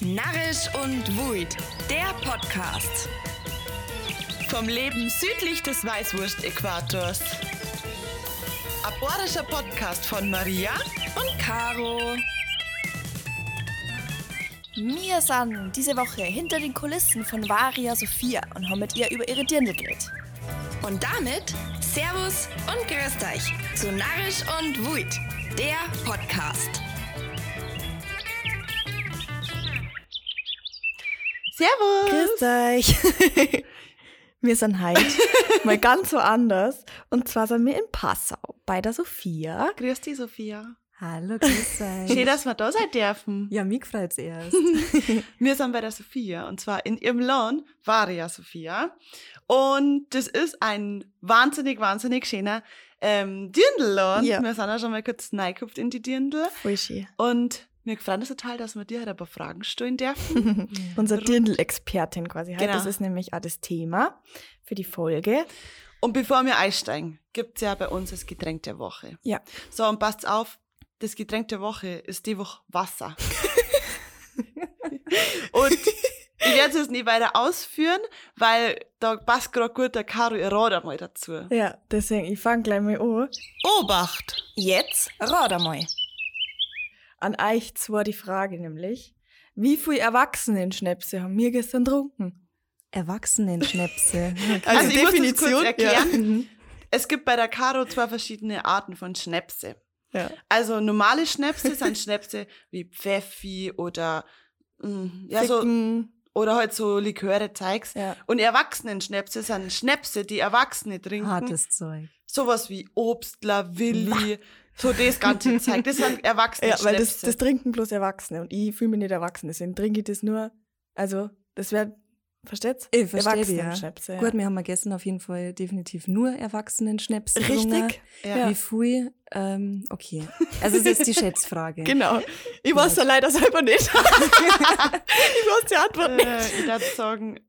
Narrisch und Wuid, der Podcast. Vom Leben südlich des Weißwurst-Äquators. Aborischer Podcast von Maria. Und Caro. Wir sind diese Woche hinter den Kulissen von Varia Sophia und haben mit ihr über ihre Dirndl geredet. Und damit Servus und Grüß euch zu Narrisch und Wuid, der Podcast. Grüß Servus! euch! Wir sind heute mal ganz woanders. Und zwar sind wir in Passau bei der Sophia. Grüß dich, Sophia. Hallo, grüß Schön, euch. dass wir da sein dürfen. Ja, mich freut's erst. Wir sind bei der Sophia und zwar in ihrem Lawn Varia Sophia. Und das ist ein wahnsinnig, wahnsinnig schöner ähm, Dirndl-Lawn. Ja. Wir sind ja schon mal kurz reingekupft in die Dirndl. Voll schön. Und mir gefällt es total, dass wir dir halt ein paar Fragen stellen dürfen. Unsere Dirndl-Expertin quasi. Heute. Genau. Das ist nämlich auch das Thema für die Folge. Und bevor wir einsteigen, gibt's ja bei uns das Getränk der Woche. Ja. So, und passt auf, das Getränk der Woche ist die Woche Wasser. und ich werde es jetzt nicht weiter ausführen, weil da passt gerade gut der Karo ihr Rad einmal dazu. Ja, deswegen, ich fange gleich mal an. Obacht! Jetzt Rodermoy. An euch zwar die Frage nämlich, wie viel Erwachsenen-Schnäpse haben wir gestern getrunken? Erwachsenen-Schnäpse. Also ich muss das kurz Ja. erklären. Mhm. Es gibt bei der Karo zwei verschiedene Arten von Schnäpse. Ja. Also normale Schnäpse sind Schnäpse wie Pfeffi oder mm, ja, so, Ficken, oder halt so Liköre, Zeugs. ja. Und Erwachsenen-Schnäpse sind Schnäpse, die Erwachsene trinken. Hartes Zeug. Sowas wie Obstler, Willi, so das ganze Zeug. Das sind Ja, weil das, Erwachsenen-Schnäpse. das trinken bloß Erwachsene und ich fühle mich nicht erwachsen, deswegen trinke ich das nur, also das wäre, versteht's? Ich verstehe dich, ja. Erwachsenen-Schnäpse. Gut, wir haben ja gestern auf jeden Fall definitiv nur Erwachsenen-Schnäpse. getrunken. Richtig? Ja. Wie viel? Ähm, okay. Also es ist die Schätzfrage. Genau. Ich weiß da leider selber nicht. ich weiß die Antwort äh, ich würde sagen,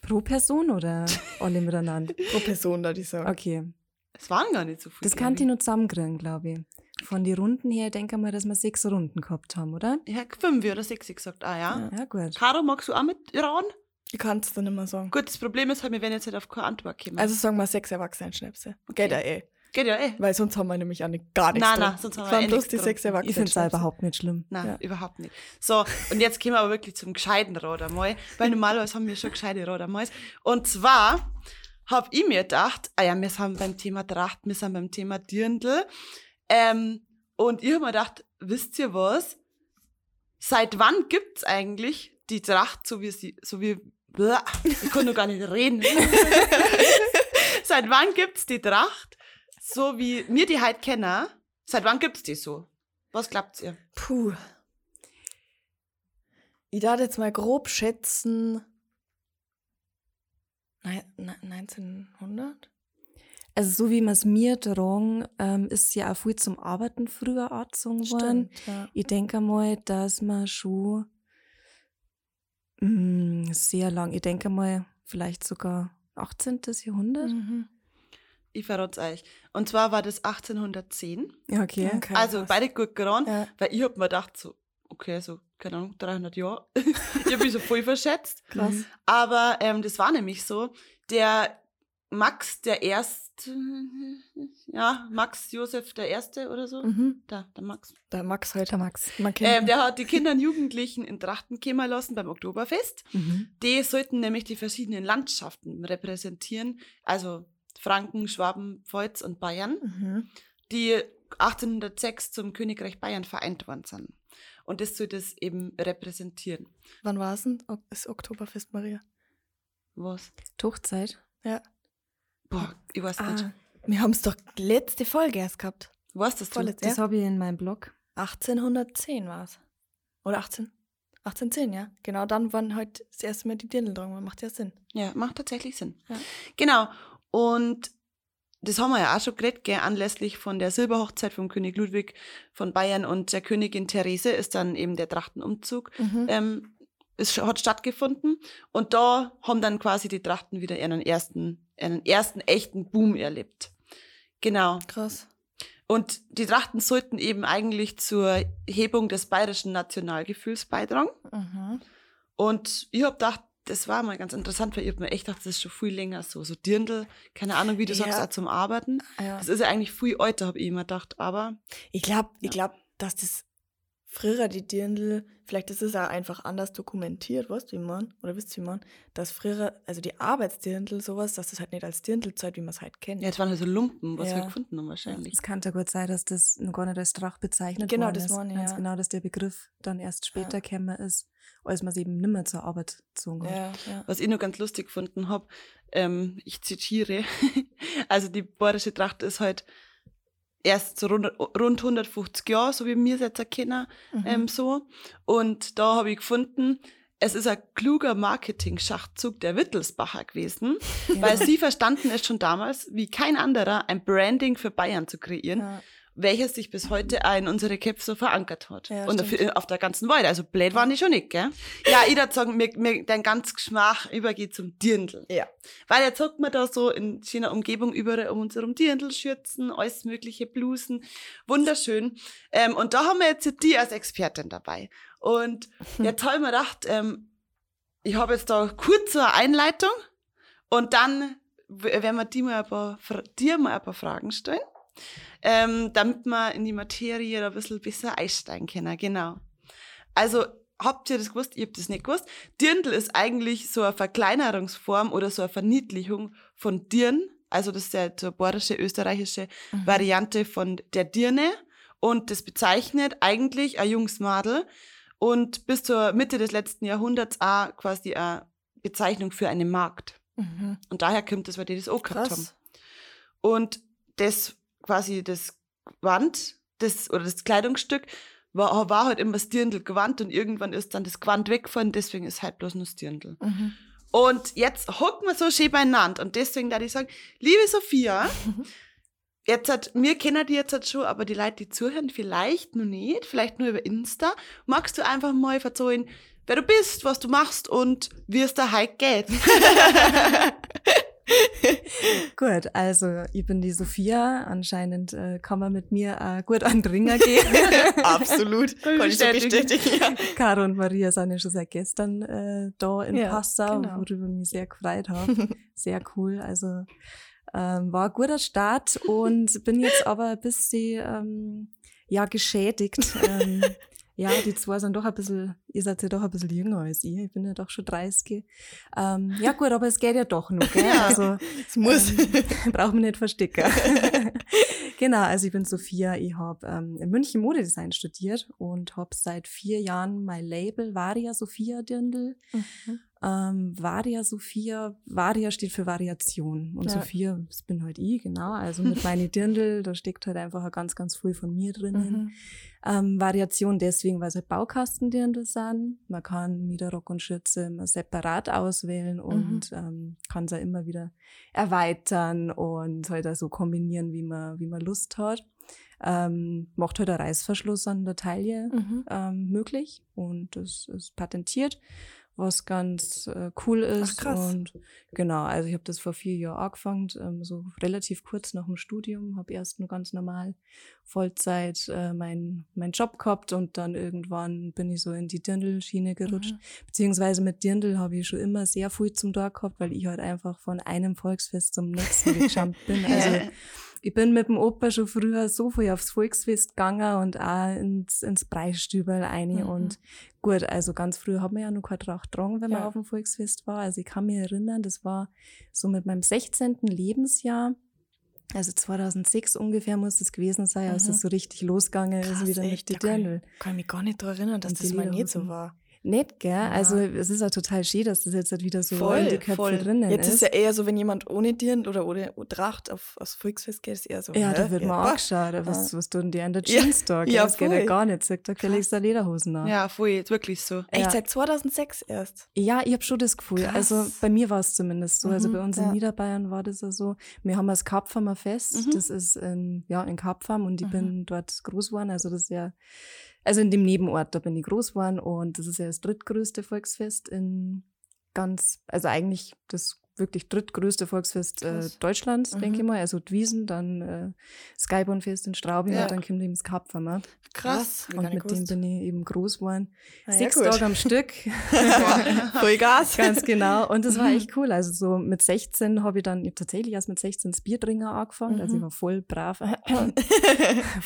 Pro Person oder alle miteinander? Pro Person, da die sagen. Okay. es waren gar nicht so viele. Das kann ich nur zusammenkriegen, glaube ich. Von den Runden her, ich denke mal, dass wir sechs Runden gehabt haben, oder? ich. Ja, fünf oder sechs ich gesagt. Ah ja. Ja, gut. Caro, magst du auch mit rauen? Ich kann es dann nicht mehr sagen. Gut, das Problem ist halt, wir werden jetzt halt auf keine Antwort kommen. Also sagen wir sechs Erwachsenen-Schnäpse. Geht ja eh. Geht ja eh. Weil sonst haben wir nämlich auch nicht, gar nichts Nein, drin. nein, sonst haben Es wir waren eh bloß nichts die drin. sechs Ich finde es Erwachsenen-Schnäpse. überhaupt nicht schlimm. Nein, Ja. überhaupt nicht. So, und jetzt kommen wir wirklich zum gescheiten Rad einmal, weil normalerweise haben wir schon gescheite Rad einmal. Und zwar habe ich mir gedacht, ah ja, wir sind beim Thema Tracht, wir sind beim Thema Dirndl. Ähm, und ich habe mir gedacht, wisst ihr was? Seit wann gibt's eigentlich die Tracht, so wie sie, so wie, blah, ich kann noch gar nicht reden. Seit wann gibt's die Tracht, so wie wir die halt kennen? Seit wann gibt's die so? Was glaubt ihr? Puh. Ich darf jetzt mal grob schätzen. Nei- ne- 1900? Also so wie man es mir tragen, ähm, ist ja auch viel zum Arbeiten früher angezogen worden. ja. Ich denke mal, dass man schon mh, sehr lang, ich denke mal, vielleicht sogar 18. Jahrhundert. Mhm. Ich verrat's euch. Und zwar war das 1810. Ja, okay. Okay, also passt. beide gut gerannt, Ja. weil ich hab mir gedacht, so, okay, so, keine Ahnung, 300 Jahre. ich hab mich so voll verschätzt. Krass. Aber ähm, das war nämlich so, der Max der Erste, ja, Max Josef der Erste oder so. Mhm. Da, der Max. Der Max heute. Der Max. Man kennt Ähm, der hat die Kinder und Jugendlichen in Trachten kämen lassen beim Oktoberfest. Mhm. Die sollten nämlich die verschiedenen Landschaften repräsentieren, also Franken, Schwaben, Pfalz und Bayern. mhm. die 1806 zum Königreich Bayern vereint worden sind. Und das soll das eben repräsentieren. Wann war es denn? Ok- Das Oktoberfest, Maria. Was? Hochzeit. Boah, ich weiß nicht. Ah, wir haben es doch letzte Folge erst gehabt. Was das du? Vorletzte. Das habe ich in meinem Blog. 1810 war es. Oder 18? 1810, ja. Genau dann waren heute das erste Mal die Dirndl dran. Macht ja Sinn. Ja, macht tatsächlich Sinn. Ja. Genau. Und das haben wir ja auch schon geredet, gell, anlässlich von der Silberhochzeit von König Ludwig von Bayern und der Königin Therese ist dann eben der Trachtenumzug. Mhm. Ähm, es hat stattgefunden und da haben dann quasi die Trachten wieder ihren ersten, ihren ersten echten Boom erlebt. Genau. Krass. Und die Trachten sollten eben eigentlich zur Hebung des bayerischen Nationalgefühls beitragen. Mhm. Und ich hab gedacht, das war mal ganz interessant, weil ich hab mir echt gedacht, das ist schon viel länger so. So Dirndl, keine Ahnung, wie du Ja. sagst, auch zum Arbeiten. Ah, Ja. Das ist ja eigentlich viel älter, hab ich immer gedacht. Aber Also, Ich glaube, ich Ja. glaub, dass das früher die Dirndl, vielleicht ist es auch einfach anders dokumentiert, weißt du, wie man, oder wisst ihr, wie man, dass früher, also die Arbeitsdirndl sowas, dass das halt nicht als Dirndl zählt, wie man es halt kennt. ja, jetzt waren halt so Lumpen, was Ja. wir gefunden haben wahrscheinlich. Es kann ja gut sein, dass das noch gar nicht als Strach bezeichnet Genau, worden das ist. meine ich, Ganz ja. genau, dass der Begriff dann erst später käme ist, als man es eben nimmer zur Arbeit gezogen hat. ja, ja. Was ich noch ganz lustig gefunden hab, ähm, ich zitiere, also die bayerische Tracht ist halt erst so rund, rund 150 Jahre, so wie wir es jetzt erkennen, ähm, so. Und da habe ich gefunden, es ist ein kluger Marketing-Schachzug der Wittelsbacher gewesen, weil sie verstanden es schon damals, wie kein anderer, ein Branding für Bayern zu kreieren, Ja. welches sich bis heute auch in unsere Köpfe so verankert hat. Ja, und stimmt. auf, auf der ganzen Welt. Also blöd waren die schon nicht, gell? Ja, ich würde sagen, mir, mir dein ganz Geschmach übergeht zum Dirndl. Ja. Weil jetzt sagt man da so in schöner Umgebung überall um uns herum Dirndl-Schürzen, alles mögliche Blusen. Wunderschön. Ähm, und da haben wir jetzt die als Expertin dabei. Und jetzt habe ich mir gedacht, ähm, ich habe jetzt da kurz so eine Einleitung und dann w- werden wir die mal ein paar, Fra- dir mal ein paar Fragen stellen, ähm, damit wir in die Materie da ein bisschen besser einsteigen können. Genau. Also, habt ihr das gewusst? Ihr habt das nicht gewusst. Dirndl ist eigentlich so eine Verkleinerungsform oder so eine Verniedlichung von Dirn. Also, das ist ja die bayerische, österreichische Variante von der Dirne. Und das bezeichnet eigentlich ein junges Madel und bis zur Mitte des letzten Jahrhunderts auch quasi eine Bezeichnung für eine Magd. Mhm. Und daher kommt das, weil die das auch gehabt haben. Krass. Und das quasi das Gewand das, oder das Kleidungsstück war, war halt immer das Dirndl gewandt und irgendwann ist dann das Gewand weggefallen, deswegen ist halt bloß nur das Dirndl. Mhm. Und jetzt hocken wir so schön beieinander und deswegen da ich sagen, liebe Sophia, jetzt hat, wir kennen die jetzt halt schon, aber die Leute, die zuhören, vielleicht nur nicht, vielleicht nur über Insta, magst du einfach mal verzeihen, wer du bist, was du machst und wie es da heute geht. Gut, also ich bin die Sophia. Anscheinend äh, kann man mit mir äh, gut an den Ringer gehen. Absolut. Kann ich Konnte ich so bestätigen. bestätigen. Ja. Caro und Maria sind ja schon seit gestern äh, da in Ja, Passau, genau. worüber ich mich sehr gefreut habe. Sehr cool. Also ähm, war ein guter Start und bin jetzt aber ein bisschen ähm, ja, geschädigt. Ähm, ja, die zwei sind doch ein bisschen, ihr seid ja doch ein bisschen jünger als ich. Ich bin ja doch schon 30. Ähm, ja gut, aber es geht ja doch noch. Gell? Ja. Also, Es muss. ähm, braucht man nicht verstecken. genau, also ich bin Sophia. Ich habe ähm, in München Modedesign studiert und habe seit vier Jahren mein Label Varia Sophia Dirndl. Ähm, Varia Sophia, Varia steht für Variation und Ja. Sophia, das bin halt ich, genau. Also mit meine Dirndl, da steckt halt einfach ganz, ganz viel von mir drinnen. Mhm. Ähm, Variation deswegen, weil es halt Baukastendirndl sind. Man kann Niederrock und Schürze immer separat auswählen und ähm, kann sie immer wieder erweitern und halt auch so kombinieren, wie man, wie man Lust hat. Ähm, macht halt der Reißverschluss an der Taille Mhm. ähm, möglich und das ist patentiert, was ganz äh, cool ist. Ach, krass. Und genau, also ich habe das vor vier Jahren angefangen, ähm, so relativ kurz nach dem Studium, habe erst nur ganz normal Vollzeit äh, meinen mein Job gehabt und dann irgendwann bin ich so in die Dirndl-Schiene gerutscht. Beziehungsweise mit Dirndl habe ich schon immer sehr viel zum Tag gehabt, weil ich halt einfach von einem Volksfest zum nächsten gejumpt bin. Also ich bin mit dem Opa schon früher so viel aufs Volksfest gegangen und auch ins, ins Breistüberl rein. Mhm. Und gut, also ganz früh hat man ja noch keine Tracht getragen, wenn man Ja. auf dem Volksfest war. Also ich kann mich erinnern, das war so mit meinem 16. Lebensjahr. Also 2006 ungefähr muss es gewesen sein, als Mhm. es so richtig losgegangen ist, Krass, wieder echt, da mit der kann ich- Dirndl. Kann ich mich gar nicht daran erinnern, dass Und die das mal nicht so Lederhosen. war. Nett, gell? Also es ist ja total schön, dass das jetzt halt wieder so Voll, in die Köpfe voll. drinnen Jetzt ist. ist ja eher so, wenn jemand ohne Dirndl oder ohne Tracht auf, aufs Volksfest geht, ist eher so. Ja, hä? da wird man boah. angeschaut. Was, was tun die an der Ja, Jeans da? ja, Ja, das geht ja voll. gar nicht. Sagt, da kriegst du Lederhosen an. Ja, voll, jetzt wirklich so. Echt Ja. seit 2006 erst. Ja, ich hab schon das Gefühl. Krass. Also bei mir war es zumindest so. Also Mhm, bei uns ja. in Niederbayern war das ja so. Wir haben das Kapfermer Fest. Mhm. Das ist in, ja, in Kapfam und ich Mhm. bin dort groß geworden. Also das ist ja, also in dem Nebenort, da bin ich groß geworden und das ist ja das drittgrößte Volksfest in ganz, also eigentlich das wirklich drittgrößte Volksfest äh, Krass. Deutschlands, denke Mhm. ich mal. Also Dwiesen, dann äh, Skyborn-Fest in Straubing Ja. und dann kommt eben das Kapfermer. Krass. Hab ich gar Und nicht mit dem gewusst. bin ich eben groß geworden. Ah, ja, Sechs gut. Tage am Stück. Voll Gas. Ganz genau. Und das war echt cool. Also so mit 16 habe ich dann, ich habe tatsächlich erst mit 16 das Biertrinken angefangen. Also ich Mhm. war voll brav.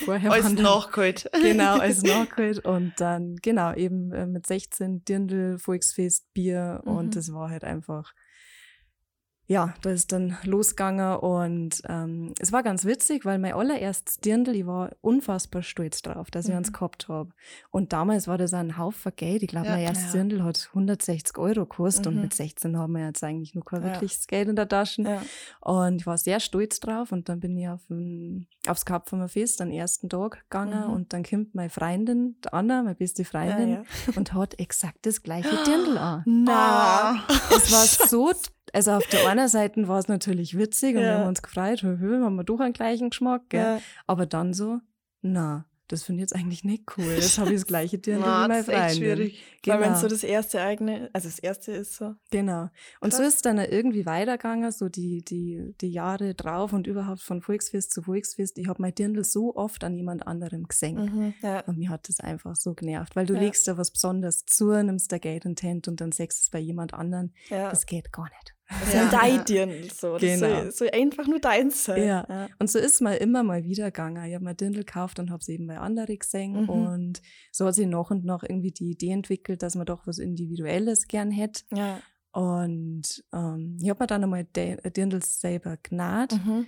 Vorher Alles waren dann- nachgeholt. Genau, als Nachkult. Und dann, genau, eben äh, mit 16 Dirndl, Volksfest, Bier. Mhm. Und das war halt einfach, ja, da ist dann losgegangen. Und ähm, es war ganz witzig, weil mein allererstes Dirndl, ich war unfassbar stolz drauf, dass ich Mhm. eins gehabt habe. Und damals war das ein Haufen Geld. Ich glaube, Ja. mein erstes Ja. Dirndl hat 160 Euro gekostet. Mhm. Und mit 16 haben wir jetzt eigentlich nur kein Ja. wirkliches Geld in der Tasche. Ja. Und ich war sehr stolz drauf und dann bin ich auf ein, aufs Kapfermer Fest am ersten Tag gegangen Mhm. und dann kommt meine Freundin, die Anna, meine beste Ja, Freundin, ja. und hat exakt das gleiche Dirndl an. Na. Ah. Es war so, also auf der einen Seite war es natürlich witzig und wir Ja. haben uns gefreut, hö, hö, haben wir doch einen gleichen Geschmack, gell? Ja. aber dann so, na, das finde ich jetzt eigentlich nicht cool, jetzt habe ich das gleiche Dirndl wie Mann, meine das ist echt Freundin. schwierig. Weil wenn so das erste eigene, also das erste ist so. Genau. Und so Krass. ist dann irgendwie weitergegangen, so die, die, die Jahre drauf und überhaupt von Volksfest zu Volksfest. Ich habe mein Dirndl so oft an jemand anderem gesenkt. Ja. Und mir hat das einfach so genervt, weil du Mhm. Ja. legst da was Besonderes zu, nimmst da Geld und Tent und dann sechst es bei jemand anderen. ja. Das geht gar nicht. Das Ja. sind dein Dirndl so. Das Genau. soll, soll einfach nur deins sein. Ja. Und so ist mal immer mal wieder gegangen. Ich habe mir Dirndl gekauft und habe es eben bei anderen gesehen. Mhm. Und so hat sich nach und nach irgendwie die Idee entwickelt, dass man doch was Individuelles gern hätte. ja. Und ähm, ich habe mir dann einmal De- Dirndl selber genäht. Mhm.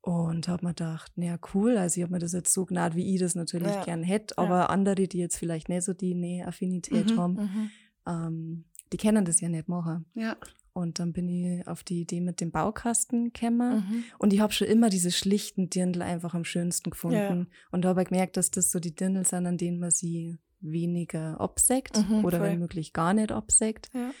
Und habe mir gedacht, naja, cool, also ich habe mir das jetzt so genäht, wie ich das natürlich Ja. gern hätte, Ja. aber andere, die jetzt vielleicht nicht so die Nähaffinität Mhm, haben, Mhm. ähm, die können das ja nicht machen. Ja. Und dann bin ich auf die Idee mit dem Baukasten gekommen. Mhm. Und ich habe schon immer diese schlichten Dirndl einfach am schönsten gefunden. Und habe gemerkt, dass das so die Dirndl sind, an denen man sie weniger absägt Mhm, oder voll. wenn möglich gar nicht absägt. Ja.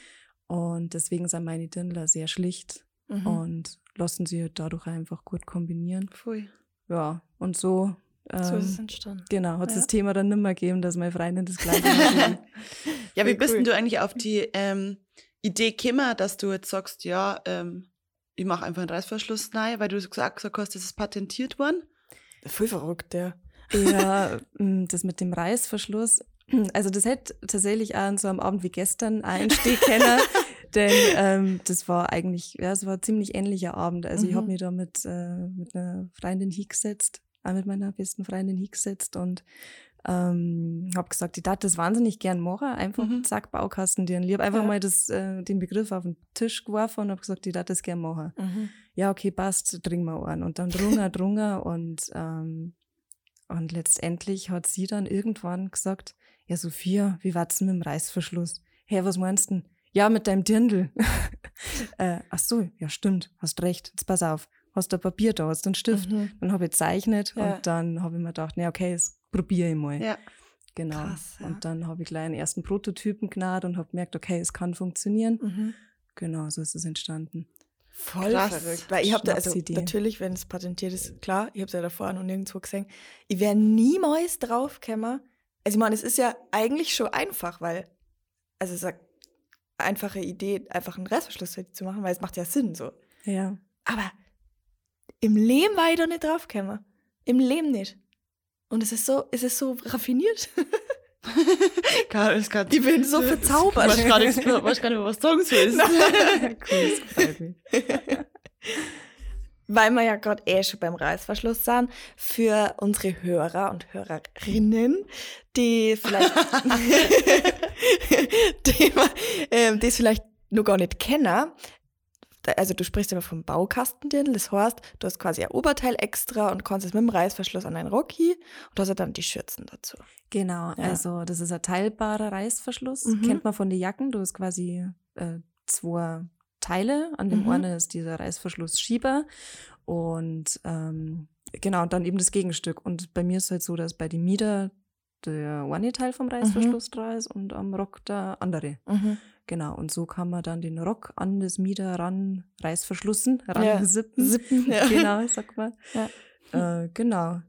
Und deswegen sind meine Dirndler sehr schlicht Mhm. und lassen sie dadurch einfach gut kombinieren. Pfui. Ja, und so. Ähm, so ist es entstanden. genau, hat es Ja. das Thema dann nimmer gegeben, dass meine Freundin das gleiche macht. Ja, wie Voll bist cool. denn du eigentlich auf die ähm, Idee gekommen, dass du jetzt sagst, ja, ähm, ich mache einfach einen Reißverschluss rein, weil du gesagt gesagt hast, das ist patentiert worden? Voll verrückt, ja. Ja, m, das mit dem Reißverschluss. Also das hätte tatsächlich auch an so einem Abend wie gestern auch entstehen können, denn ähm, das war eigentlich, ja, es war ein ziemlich ähnlicher Abend. Also ich Mhm. habe mich da mit, äh, mit einer Freundin hingesetzt, auch mit meiner besten Freundin hingesetzt und ähm, habe gesagt, ich darf das wahnsinnig gern machen, einfach Mhm. zack, Baukasten dir. Ich habe einfach Ja. mal das, äh, den Begriff auf den Tisch geworfen und habe gesagt, ich darf das gern machen Mhm. ja, okay, passt, trinken wir einen. Und dann drunga, drunga und, ähm, und letztendlich hat sie dann irgendwann gesagt, ja, Sophia, wie war's denn mit dem Reißverschluss? Hä, was meinst du denn? Ja, mit deinem Dirndl. äh, ach so, ja, stimmt, hast recht, jetzt pass auf, hast du Papier da, hast du einen Stift. Mhm. Dann habe ich gezeichnet Ja. und dann habe ich mir gedacht, na okay, das probiere ich mal. Ja. Genau. Krass, ja. Und dann habe ich gleich einen ersten Prototypen genäht und habe gemerkt, okay, es kann funktionieren. Mhm. Genau, so ist es entstanden. Voll Krass. verrückt. Weil ich habe da, also Schnapsidee. natürlich, wenn es patentiert ist, klar, ich habe es ja davor noch nirgendwo gesehen, ich wäre niemals draufgekommen. Also ich meine, es ist ja eigentlich schon einfach, weil, also es ist eine einfache Idee, einfach einen Restverschluss zu machen, weil es macht ja Sinn so. Ja. Aber im Leben war ich da nicht draufgekommen. Im Leben nicht. Und es ist so, es ist so raffiniert. Karl, das kann, Ich bin so Ich verzaubert. weiß gar nicht, weiß gar nicht mehr, was du sagen sollst. cool, das gefällt mir. Weil wir ja gerade eh schon beim Reißverschluss sind, für unsere Hörer und Hörerinnen, die vielleicht, die, man- ähm, die es vielleicht noch gar nicht kennen, da- also du sprichst immer vom Baukastendirndl, das heißt, du hast quasi ein Oberteil extra und kannst es mit dem Reißverschluss an deinen Rocky und hast ja dann die Schürzen dazu. Genau, Ja. also das ist ein teilbarer Reißverschluss. Mhm. Kennt man von den Jacken. Du hast quasi äh, zwei Teile. An dem Mhm. einen ist dieser Reißverschlussschieber und ähm, genau, und dann eben das Gegenstück. Und bei mir ist es halt so, dass bei den Mieder der eine Teil Mhm. vom Reißverschluss dran ist und am Rock der andere. Genau, und so kann man dann den Rock an das Mieder ran Reißverschlussen, ran Ja. sippen. Sippen, ja. genau, sag mal. Ja. Äh, genau.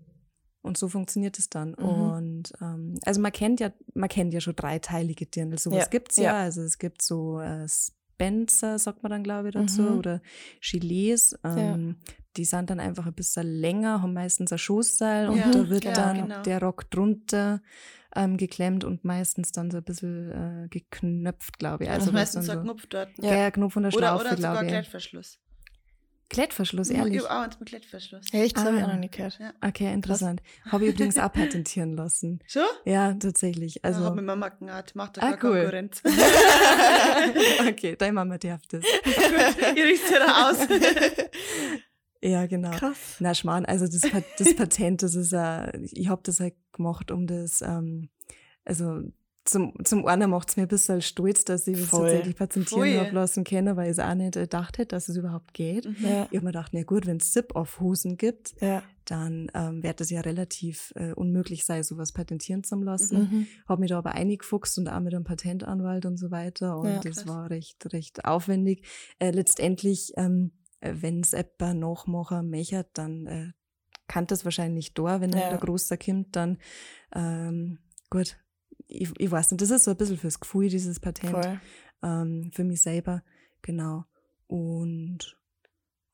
Und so funktioniert es dann. Mhm. Und ähm, also man kennt ja, man kennt ja schon dreiteilige Dirndl. Sowas Ja, gibt's ja. ja. Also es gibt so äh, S- Benzer, sagt man dann, glaube ich, dazu, Mhm. oder Chiles. Ähm, Die sind dann einfach ein bisschen länger, haben meistens ein Schoßseil und Ja, da wird ja, dann genau. der Rock drunter ähm, geklemmt und meistens dann so ein bisschen äh, geknöpft, glaube ich. Also Also was meistens so dann ein so, Knopf dort. ja. ja, Knopf von der Oder, Schlaufe, oder sogar glaube ich. Klettverschluss. Klettverschluss, Ich ehrlich. habe auch eins mit Klettverschluss. Echt? Das habe ich Ah. auch noch nie gehört. Okay, interessant. Habe ich übrigens auch patentieren lassen. So? Ja, tatsächlich. Also, Also, habe ich mir Mama gemacht, macht doch Ah, keine cool. Konkurrenz. okay, deine Mama darf das. Ihr riecht ja da aus. Ja, genau. Krass. Na Schmarrn, also das, Pat- das Patent, das ist ja, ich hab das halt gemacht, um das, ähm, also zum, zum einen macht's mir ein bisschen stolz, dass ich das Voll. tatsächlich patentieren Voll. hab lassen können, weil ich es auch nicht äh, gedacht hätte, dass es überhaupt geht. Mhm. Ja. Ich hab mir gedacht, na gut, wenn es Zip-Off-Hosen gibt, Ja. dann ähm, wird es ja relativ äh, unmöglich sein, sowas patentieren zu lassen. Mhm. Habe mich da aber eingefuchst und auch mit einem Patentanwalt und so weiter. Und Ja, das krass. war recht, recht aufwendig. Äh, letztendlich, ähm, wenn es etwa nachmachen möchte, dann äh, kann das wahrscheinlich da. Wenn Ja. der Großer kommt, dann ähm, gut. Ich, ich weiß nicht, das ist so ein bisschen fürs Gefühl, dieses Patent Voll. ähm, für mich selber. Genau. Und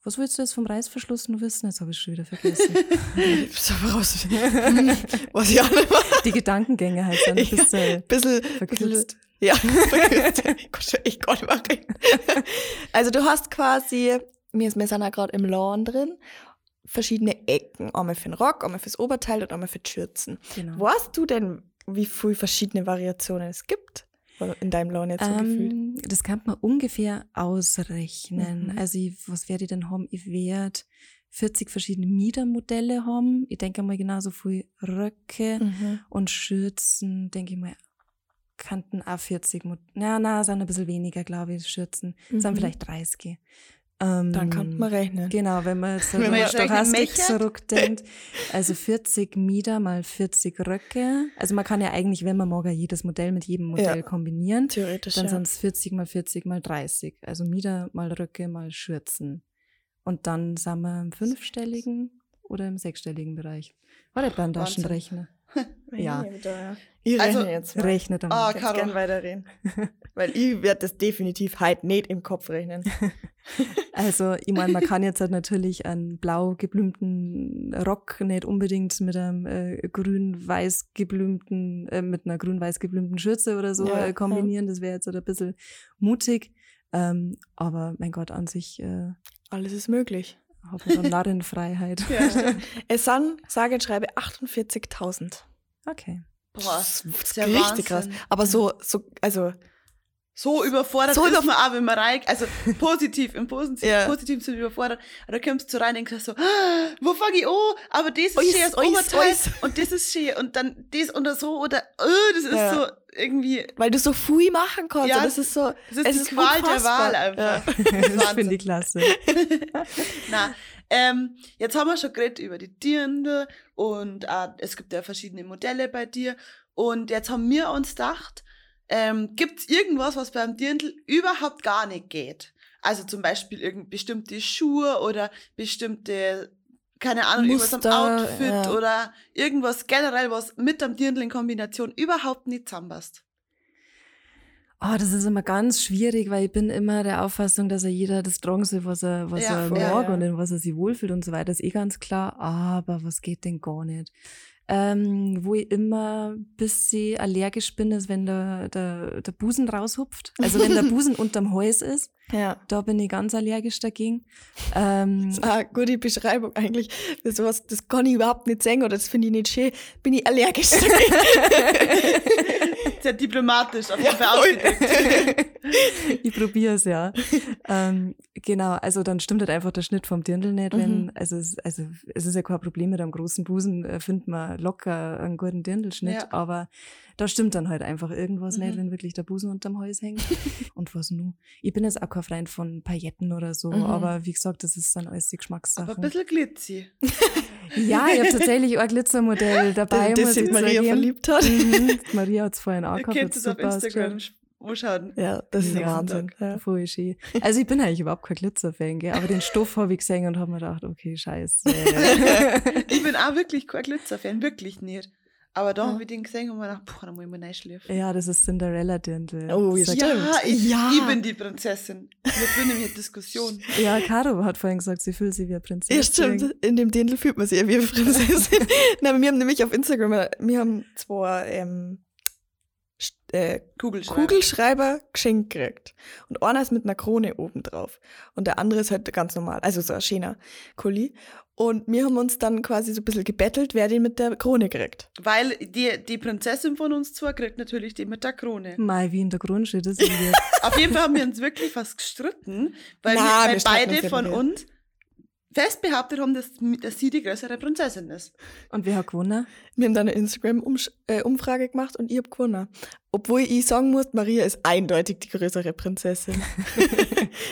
was willst du jetzt vom Reißverschluss nur wissen? Jetzt habe ich schon wieder vergessen. Ich hab's aber raus. Was ich auch nicht mal. Die Gedankengänge halt so ein Ja. bisschen Bisschen verkürzt. Ja, verkürzt. ich konnte schon echt gar nicht mehr reden. Also du hast quasi, mir ist mir sind auch gerade im Lawn drin, verschiedene Ecken. Einmal für den Rock, einmal fürs Oberteil und einmal für die Schürzen. Genau. Weißt du denn, wie viele verschiedene Variationen es gibt? Also In deinem Lawn jetzt so gefühlt. Ähm, das kann man ungefähr ausrechnen. Mhm. Also, ich, was werde ich denn haben? Ich werde 40 verschiedene Miedermodelle haben. Ich denke mal genauso viel Röcke Mhm. und Schürzen, denke ich mal, kannten auch 40 Modelle. Na, na, sind ein bisschen weniger, glaube ich, Schürzen. Sind Mhm. vielleicht 30. Ähm, Dann kann man rechnen. Genau, wenn man jetzt so Wenn man an jetzt rechnen Stochastik möchte. zurückdenkt. Also 40 Mieder mal 40 Röcke. Also man kann ja eigentlich, wenn man mag, ja jedes Modell mit jedem Modell Ja. kombinieren. Theoretisch. Dann ja. sind es 40 mal 40 mal 30. Also Mieder mal Röcke mal Schürzen. Und dann sind wir im fünfstelligen oder im sechsstelligen Bereich. Oder beim Wahnsinn. Taschenrechner. ja. Nee, da, ja. Ich Also, rechne jetzt mal. Rechnet Ah, einmal. Ich Caro. kann weiterreden. Weil ich werde das definitiv halt nicht im Kopf rechnen. Also, ich meine, man kann jetzt halt natürlich einen blau geblümten Rock nicht unbedingt mit einem äh, grün-weiß geblümten, äh, mit einer grün-weiß geblümten Schürze oder so Ja, äh, kombinieren. Das wäre jetzt halt ein bisschen mutig. Ähm, aber mein Gott, an sich äh, Alles ist möglich. hat man dann Narrenfreiheit. Ja, stimmt. Es sind, sage und schreibe, 48.000. Okay. Boah, ist ja richtig krass. Wahnsinn. Aber so, so, also, So überfordert So ist man auch, wenn man rein, also positiv, im Positiven, Ja. positiven sind überfordert. Und dann kommst du rein und denkst so, ah, wo fang ich an? Aber das ist Eis, schön, das Eis, Oberteil Eis. und das ist schön und dann das und das so oder, oh, das ist Ja. so irgendwie, weil du so viel machen kannst. Ja, und das ist so, das ist Es die ist Qual der unfassbar. Wahl einfach. das Wahnsinn. finde ich klasse. Na, ähm, jetzt haben wir schon geredet über die Dirndl und äh, es gibt ja verschiedene Modelle bei dir. Und jetzt haben wir uns gedacht, ähm, gibt es irgendwas, was beim Dirndl überhaupt gar nicht geht? Also zum Beispiel irgend bestimmte Schuhe oder bestimmte, keine Ahnung, irgendwas Muster, am Outfit ja. oder irgendwas generell, was mit dem Dirndl in Kombination überhaupt nicht zusammenpasst. Oh, das ist immer ganz schwierig, weil ich bin immer der Auffassung, dass ja jeder das tragen soll, was er, was Ja, er voll, mag ja. und in was er sich wohlfühlt und so weiter, ist eh ganz klar. Aber was geht denn gar nicht? Ähm, wo ich immer ein bisschen allergisch bin, ist, wenn der, der, der Busen raushupft. Also wenn der Busen unterm Hals ist, ja. da bin ich ganz allergisch dagegen. Ähm, Das ist eine gute Beschreibung eigentlich. Das, was, das kann ich überhaupt nicht sehen oder das finde ich nicht schön. Bin ich allergisch. Sehr diplomatisch, auf jeden Fall ausgedrückt. ich probiere es, ja. ähm, genau, also dann stimmt halt einfach der Schnitt vom Dirndl nicht. Wenn, Mhm. also, es, also es ist ja kein Problem mit einem großen Busen, äh, findet man locker einen guten Dirndlschnitt, Ja. aber da stimmt dann halt einfach irgendwas nicht, Mhm. wenn wirklich der Busen unterm Hals hängt. Und was nu? Ich bin jetzt auch kein Freund von Pailletten oder so, Mhm. aber wie gesagt, das ist dann alles die Geschmackssache. Aber ein bisschen glitzy. ja, ich habe tatsächlich auch ein Glitzermodell dabei, das muss sich ich Maria zugeben. verliebt hat. Mhm. Maria hat es vorhin auch Ah, Ihr gehabt. könnt hat's es auf super Instagram ausgeschaut. anschauen. Ja, das ist Ja. Wahnsinn. Ja. Voll schön. Also ich bin eigentlich überhaupt kein Glitzerfan, gell? aber den Stoff habe ich gesehen und habe mir gedacht, okay, scheiße. ich bin auch wirklich kein Glitzer-Fan, wirklich nicht. Aber da Ja. haben wir den gesehen und wir gedacht, boah, da muss ich mal reinschlüpfen. Ja, das ist Cinderella-Dirndl. Oh, Sagt- ja. Ja, ich, Ja. ich bin die Prinzessin. Wir führen hier Diskussion. Ja, Caro hat vorhin gesagt, sie fühlt sich wie eine Prinzessin. Ja, stimmt. In dem Dirndl fühlt man sich ja wie eine Prinzessin. Nein, wir haben nämlich auf Instagram, äh, wir haben zwei ähm, Sch- äh, Kugelschreiber. Kugelschreiber geschenkt gekriegt. Und einer ist mit einer Krone oben drauf. Und der andere ist halt ganz normal, also so ein schöner Kuli. Und wir haben uns dann quasi so ein bisschen gebettelt, wer den mit der Krone kriegt. Weil die, die Prinzessin von uns zwei kriegt natürlich die mit der Krone. Mal wie in der Grundschule, das sind wir. Auf jeden Fall haben wir uns wirklich fast gestritten, weil, Na, wir wir, weil streiten uns beide nicht von mehr. uns fest behauptet haben, dass, dass sie die größere Prinzessin ist. Und wer hat gewonnen? Wir haben dann eine Instagram-Umfrage gemacht und ich hab gewonnen. Obwohl ich sagen muss, Maria ist eindeutig die größere Prinzessin.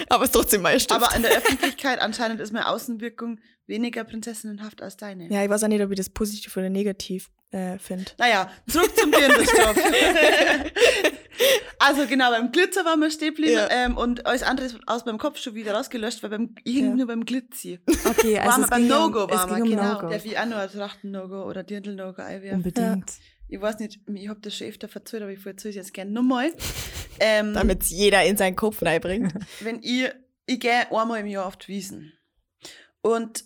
Aber ist trotzdem mein Stift. Aber in der Öffentlichkeit anscheinend ist meine Außenwirkung weniger prinzessinnenhaft als deine. Ja, ich weiß auch nicht, ob ich das positiv oder negativ äh, finde. Naja, zurück zum Birnenstoff. also genau, beim Glitzer waren wir stehen geblieben Ja. ähm, und alles andere ist aus meinem Kopf schon wieder rausgelöscht, weil beim, ich hing Ja. nur beim Glitzi. Okay, Also also waren es wir beim ging um- No-Go, es waren wir, ging um genau. No-Go. Darf ich auch noch Trachten-No-Go oder Dirndl-No-Go einwerfen? Unbedingt. Ich weiß nicht, ich habe das schon öfter verzählt, aber ich erzähle es jetzt gerne nochmal. Ähm, Damit es jeder in seinen Kopf reinbringt. wenn ich, ich gehe einmal im Jahr auf die Wiesen. Und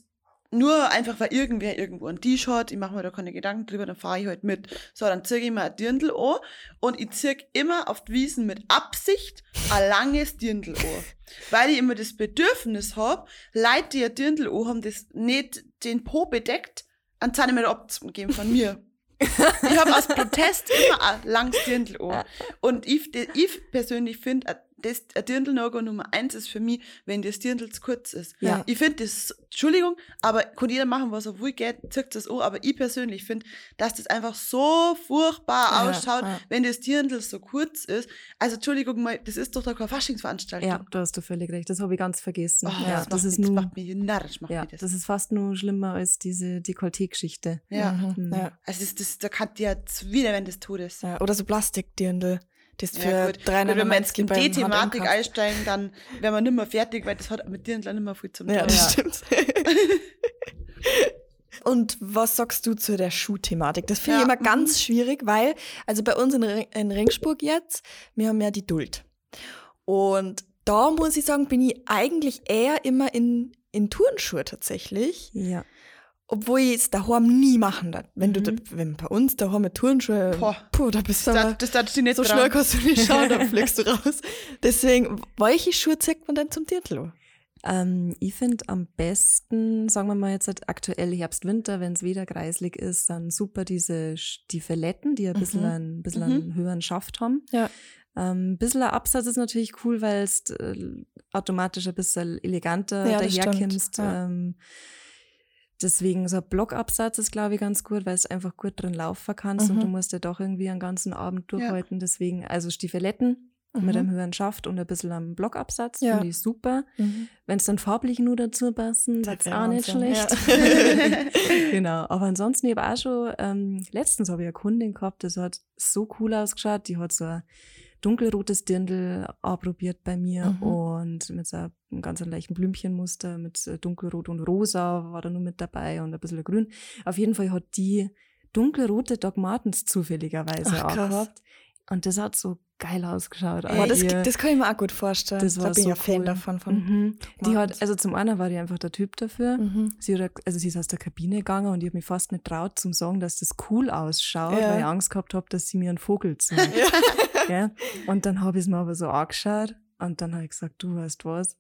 nur einfach, weil irgendwer irgendwo einen Tisch hat, ich mache mir da keine Gedanken drüber, dann fahre ich halt mit. So, dann zirke ich mir ein Dirndl an und ich zirke immer auf die Wiesen mit Absicht ein langes Dirndl an. Weil ich immer das Bedürfnis habe, Leute, die ein Dirndl an haben, das nicht den Po bedeckt, an Zentimeter abzugeben von mir. Ich habe aus Protest immer ein langes Dirndl an. Und ich, de- ich persönlich finde, das ein Dirndl-No-Go Nummer eins ist für mich, wenn das Dirndl zu kurz ist. Ja. Ich finde das, Entschuldigung, aber kann jeder machen, was er will, geht, zirkt das an, aber ich persönlich finde, dass das einfach so furchtbar Ja, ausschaut, ja. wenn das Dirndl so kurz ist. Also, Entschuldigung, mal, das ist doch doch keine Faschingsveranstaltung. Ja, da hast du völlig recht. Das habe ich ganz vergessen. Oh, Ah, ja, das, macht ist mich, das nur, macht mich narrisch, macht ja, mich das. das ist fast nur schlimmer als diese Dekolleté-Geschichte. ja. Mhm. Ja. Also, das, das, da kann dir wieder, wenn das tot ist. ja. Oder so Plastikdirndl. Das für Ja, gut. drei Gut, wenn wir jetzt in beim die Thematik Handumkauf. einsteigen, dann wären wir nicht mehr fertig, weil das hat mit Dirndl nicht mehr viel zum Ja, tun. das stimmt. Und was sagst du zu der Schuhthematik? Das finde Ja, ich immer mhm. ganz schwierig, weil, also bei uns in, Ring, in Ringsburg jetzt, wir haben ja die Duld. Und da muss ich sagen, bin ich eigentlich eher immer in, in Turnschuhe tatsächlich. Ja. Obwohl ich es daheim nie machen darf. Wenn du, Mhm. da, wenn bei uns daheim mit Turnschuhe, Boah. puh, da bist du Das, aber- das darfst du nicht so trauen. schnell kannst du nicht schauen, dann fliegst du raus. Deswegen, welche Schuhe zeigt man denn zum Dirndl? Ähm, ich finde am besten, sagen wir mal jetzt halt aktuell Herbst, Winter, wenn es wieder kreislig ist, dann super diese Stiefeletten, die ein bisschen, Mhm. einen, bisschen Mhm. einen höheren Schaft haben. Ja. Ähm, ein bisschen ein Absatz ist natürlich cool, weil es äh, automatisch ein bisschen eleganter Ja, das daherkommst. stimmt, ja. Ähm, deswegen so ein Blockabsatz ist, glaube ich, ganz gut, weil es einfach gut drin laufen kannst Mhm. und du musst ja doch irgendwie einen ganzen Abend Ja. durchhalten. Deswegen, also Stiefeletten mit einem höheren Schaft und ein bisschen am Blockabsatz, Mhm. Ja. finde ich super. Wenn es dann farblich nur dazu passen, Das das ist wär auch nicht Wahnsinn, schlecht. genau. Aber ansonsten, ich habe auch schon, ähm, letztens habe ich eine Kundin gehabt, das hat so cool ausgeschaut. Die hat so ein dunkelrotes Dirndl anprobiert bei mir Mhm. und mit so einem ganz leichten Blümchenmuster mit äh, dunkelrot und rosa war da nur mit dabei und ein bisschen grün. Auf jeden Fall hat die dunkelrote Doc Martens zufälligerweise Ach, krass. auch gehabt. Und das hat so geil ausgeschaut. Äh, Boah, das, ihr- das kann ich mir auch gut vorstellen. das da war bin so ich ein Fan cool. davon. Von. Mhm. Die Martens. hat, also zum einen war die einfach der Typ dafür. Mhm. Sie, hat, also sie ist aus der Kabine gegangen und ich habe mich fast nicht traut zum sagen, dass das cool ausschaut, Ja. weil ich Angst gehabt habe, dass sie mir einen Vogel zeigt. Gell? Und dann habe ich es mir aber so angeschaut und dann habe ich gesagt, du weißt was,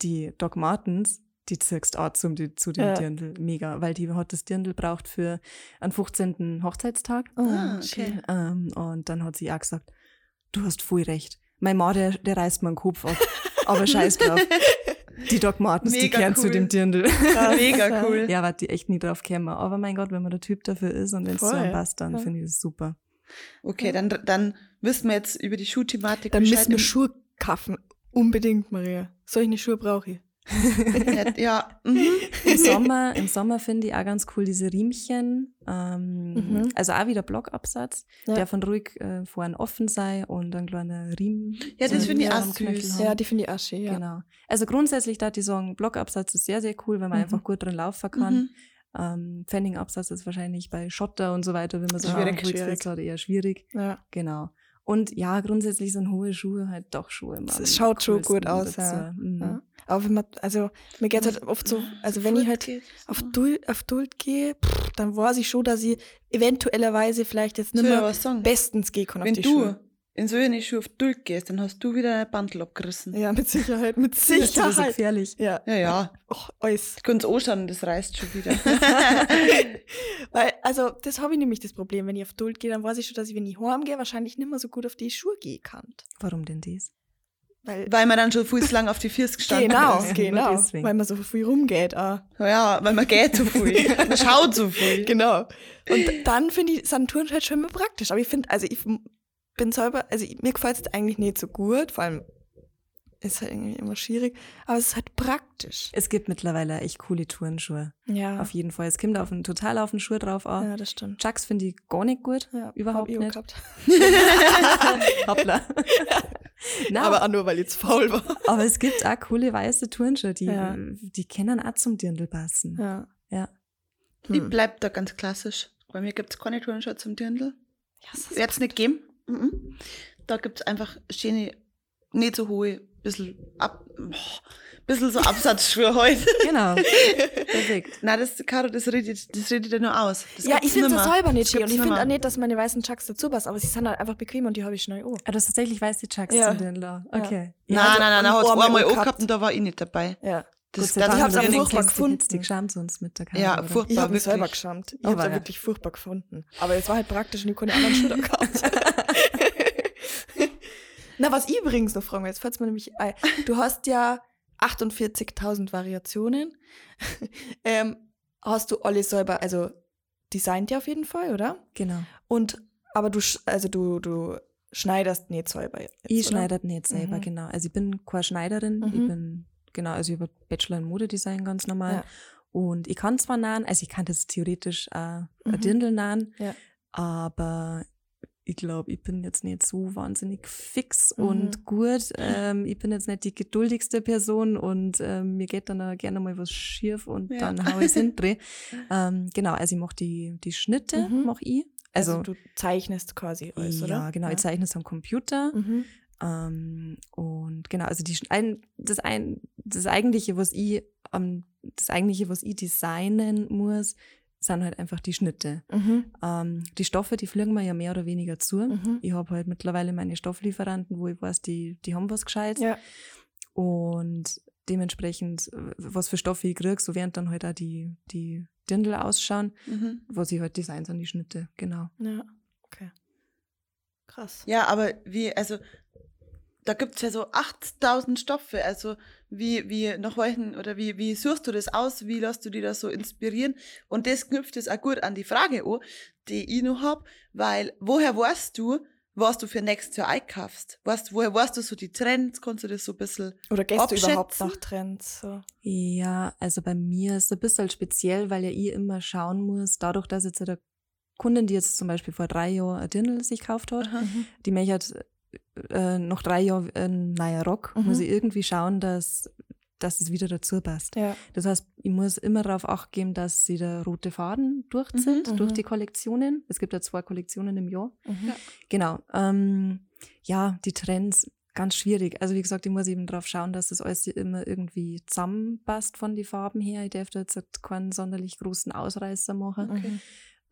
die Doc Martens, die zirkst auch zum, die, zu dem Ja. Dirndl mega, weil die hat das Dirndl braucht für einen 15. Hochzeitstag. Oh, Ah, schön. okay. Ähm, und dann hat sie auch gesagt, du hast voll recht. Mein Mann, der, der reißt mir den Kopf ab. Aber scheiß drauf. Die Doc Martens, die Mega kehren zu cool. dem Dirndl. Mega cool. Ja, warte, die echt nie drauf käme. Aber mein Gott, wenn man der Typ dafür ist und wenn es so Voll. passt, dann Ja. finde ich das super. Okay, dann, dann wissen wir jetzt über die Schuhthematik Dann müssen wir Bescheid. Schuhe kaufen. Unbedingt, Maria. Solche Schuhe brauche ich. Ja, mhm. Im Sommer, im Sommer finde ich auch ganz cool diese Riemchen. Ähm, Mhm. Also auch wieder Blockabsatz, Ja. der von ruhig äh, vorn offen sei und ein kleiner Riem. Ja, das so finde ich am auch Knöchel süß. haben. Ja, die finde ich auch schön, ja. Genau. Also grundsätzlich da die sagen, Blockabsatz ist sehr, sehr cool, weil man Mhm. einfach gut drin laufen kann. Mhm. Ähm, Pfennigabsatz ist wahrscheinlich bei Schotter und so weiter, wenn man so Schwierig, Ruiz schwierig. hat, halt eher schwierig. Ja. Genau. Und ja, grundsätzlich sind hohe Schuhe halt doch Schuhe. immer Das am schaut schon gut coolsten aus, dazu. ja. Mhm. ja. Aber wenn man, also mir geht halt oft Ah, so, also wenn ich halt auf Mhm. Duld, auf Duld gehe, pff, dann weiß ich schon, dass ich eventuellerweise vielleicht jetzt Ich nicht will dir mehr was sagen. bestens gehen kann auf Wenn die du Schuhe. in so eine Schuhe auf Duld gehst, dann hast du wieder ein Bandel abgerissen. Ja, mit Sicherheit, mit Das ist ein bisschen Sicherheit. gefährlich. Ja, Ja, ja. och, alles. Ich kann es anschauen, das reißt schon wieder. Weil, also, das habe ich nämlich das Problem, wenn ich auf Duld gehe, dann weiß ich schon, dass ich, wenn ich heim gehe, wahrscheinlich nicht mehr so gut auf die Schuhe gehen kann. Warum denn das? Weil, weil man dann schon viel zu lang auf die Füße gestanden genau, ist. genau, Nur deswegen. weil man so viel rumgeht ah. auch. Ja, weil man geht so viel. Man schaut so viel. Genau. Und dann finde ich Santuren halt schon mal praktisch. Aber ich finde, also ich bin selber, also ich, mir gefällt es eigentlich nicht so gut, vor allem ist halt irgendwie immer schwierig, aber es ist halt praktisch. Es gibt mittlerweile echt coole Tourenschuhe. Ja. Auf jeden Fall. Es kommt auf einen, total auf den Schuh drauf an. das stimmt. Chucks finde ich gar nicht gut. Ja, hab Überhaupt ich auch nicht. Gehabt. Hoppla. Nein, Aber aber, auch nur, weil ich jetzt faul war. aber es gibt auch coole weiße Turnschuhe, die, Ja. die können auch zum Dirndl passen. Ja. Ja. Hm. Ich bleib da ganz klassisch. Bei mir gibt es keine Turnschuhe zum Dirndl. Yes. Wird es nicht geben. Mhm. Da gibt es einfach schöne, nicht so hohe, bisschen, ab, boah, bisschen so Absatzschuhe heute. Genau. Perfekt. Nein, das, Caro, das redet, das redet ja nur aus. Das Ja, gibt's ich finde nimmer. das selber nicht Das schön. Und gibt's ich finde nimmer. auch nicht, dass meine weißen Chucks dazu passen, aber sie sind halt einfach bequem und die habe ich schnell an. Ah, du hast tatsächlich weiße Chucks Ja. zum Dirndl. Okay. Nein, also nein, nein, nein, am hat es Ohr mal einmal angehabt. angehabt und da war ich nicht dabei. Ja. Das, Gott sei Dank, ich hab's dass auch du den furchtbar kennst, die Hits, gefunden. Die geschämt uns mit der Kamera. Ja, oder? furchtbar. Ich habe mich wirklich. selber geschammt. Ich Oh, habe war da ja. wirklich furchtbar gefunden. Aber es war halt praktisch und ich konnte anderen Schuh da kaufen. Na, was ich übrigens noch fragen will, jetzt fällt mir nämlich ein. Du hast ja 48.000 Variationen. ähm, hast du alle selber, also designt ja auf jeden Fall, oder? Genau. Und, aber du, sch- also du, du schneidest nicht selber. Jetzt, Ich oder? schneide nicht selber, Mhm. genau. Also ich bin keine Schneiderin, Mhm. ich bin, genau, also ich habe Bachelor in Modedesign ganz normal. Ja. Und ich kann zwar nahen, also ich kann das theoretisch auch Mhm. ein Dirndl nahen, Ja. aber ich glaube, ich bin jetzt nicht so wahnsinnig fix Mhm. und gut. Ähm, ich bin jetzt nicht die geduldigste Person und ähm, mir geht dann auch gerne mal was schief und Ja. dann hau ich es hindre. ähm, genau, also ich mache die, die Schnitte, Mhm. mache ich. Also, Also, du zeichnest quasi alles, oder? ja, genau, ich zeichne es am Computer. Mhm. Ähm, und genau, also die, Sch- ein, das, ein, das eigentliche, was ich, ähm, das eigentliche, was ich designen muss, sind halt einfach die Schnitte. Mhm. Ähm, die Stoffe, die fliegen mir ja mehr oder weniger zu. Mhm. Ich habe halt mittlerweile meine Stofflieferanten, wo ich weiß, die, die haben was gescheit. Ja. Und dementsprechend, äh, was für Stoffe ich kriege, so werden dann halt auch die, die Dirndl ausschauen. Mhm. Was ich halt design, sind die Schnitte, genau. Ja, okay. Krass. Ja, aber wie, also da gibt's ja so 8000 Stoffe. Also wie, wie, nach welchen oder wie, wie suchst du das aus? Wie lässt du dich da so inspirieren? Und das knüpft es auch gut an die Frage an, die ich noch hab, weil woher weißt du, was du für nächstes Jahr einkaufst? Weißt, woher weißt du so die Trends? Kannst du das so ein bisschen Oder gehst du überhaupt abschätzen? nach Trends? So. Ja, also bei mir ist es ein bisschen speziell, weil ja ich immer schauen muss, dadurch, dass jetzt der Kundin, die jetzt zum Beispiel vor drei Jahren ein Dirndl sich gekauft hat, Aha. Mhm. die möchte äh, noch drei Jahre einen neuen Rock, Mhm. muss ich irgendwie schauen, dass, dass es wieder dazu passt. Ja. Das heißt, ich muss immer darauf acht geben, dass sie der rote Faden durchzieht, Mhm. durch Mhm. die Kollektionen. Es gibt ja zwei Kollektionen im Jahr. Mhm. Genau. Ähm, ja, die Trends, ganz schwierig. Also wie gesagt, ich muss eben drauf schauen, dass das alles immer irgendwie zusammenpasst von den Farben her. Ich darf da jetzt halt keinen sonderlich großen Ausreißer machen. Mhm.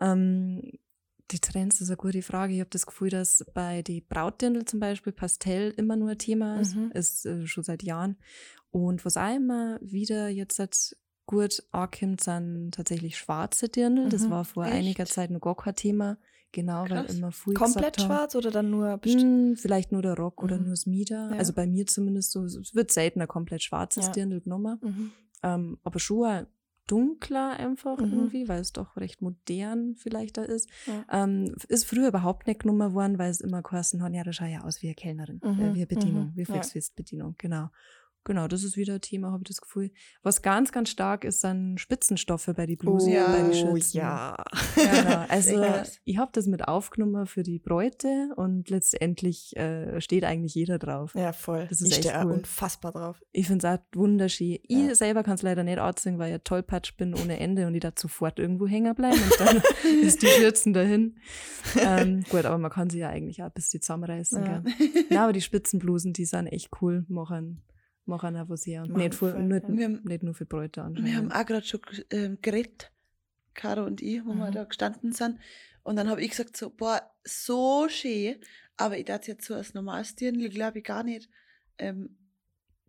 Ähm, die Trends ist eine gute Frage. Ich habe das Gefühl, dass bei die Brautdirndl zum Beispiel Pastell immer nur ein Thema ist, Mhm. ist äh, schon seit Jahren. Und was auch immer wieder jetzt seit gut ankommt, sind tatsächlich schwarze Dirndl. Das Mhm. war vor Echt? einiger Zeit noch gar kein Thema. Genau, Krass. weil immer früh Komplett gesagt haben, schwarz oder dann nur bestimmt? Hm, vielleicht nur der Rock oder Mhm. nur das Mieder. Ja. Also bei mir zumindest so. Es wird seltener komplett schwarzes Ja. Dirndl genommen. Mhm. Ähm, aber schon auch dunkler einfach Mhm. irgendwie, weil es doch recht modern vielleicht da ist. Ja. Ähm, ist früher überhaupt nicht genommen worden, weil es immer kosten hat, ja, das schaut ja aus wie eine Kellnerin, Mhm, äh, wie eine Bedienung, mhm, wie ja. Volksfestbedienung, genau. Genau, das ist wieder Thema, habe ich das Gefühl. Was ganz, ganz stark ist, sind Spitzenstoffe bei die Blusen, Oh, bei die Oh Schürzen. ja. Ja, also krass. ich habe das mit aufgenommen für die Bräute und letztendlich äh, steht eigentlich jeder drauf. Ja, voll. Das ist ich echt stehe auch cool. unfassbar drauf. Ich finde es auch wunderschön. Ja. Ich selber kann es leider nicht anziehen, weil ich ein Tollpatsch bin ohne Ende und ich da sofort irgendwo hängen bleiben und dann ist die Schürzen dahin. Ähm, gut, aber man kann sie ja eigentlich auch bis die zusammenreißen. Ja. Ja. Na, aber die Spitzenblusen, die sind echt cool, machen, machen auch was her. Und Machen nicht, für, voll, nicht, ja. Wir haben- nicht nur für Bräute Wir haben anschauen. auch gerade schon ähm, geredet, Caro und ich, wo wir Mhm. da gestanden sind. Und dann habe ich gesagt so, boah, so schön, aber ich darf jetzt so als normales Dirndl, glaube ich, gar nicht ähm,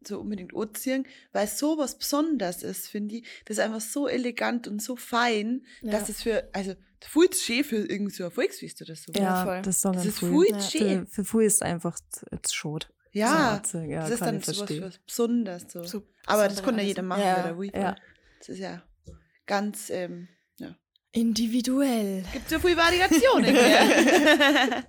so unbedingt anziehen, weil so was Besonderes ist, finde ich. Das ist einfach so elegant und so fein, Ja. dass es für, also voll schön für irgendwie so ein Volksfest oder so. Ja, Ja, voll. das sagen Das ist viele. voll Ja. schön. Für, für Fuhl ist einfach z- jetzt schot. Ja, So anzeigen. ja das ist kann dann ich so was, verstehen. was Besonderes. So. So aber das besondere kann ja alles. jeder machen, Ja. oder wie? Ja. Das ist ja ganz, ähm, Individuell. Gibt so viele Variationen, gell?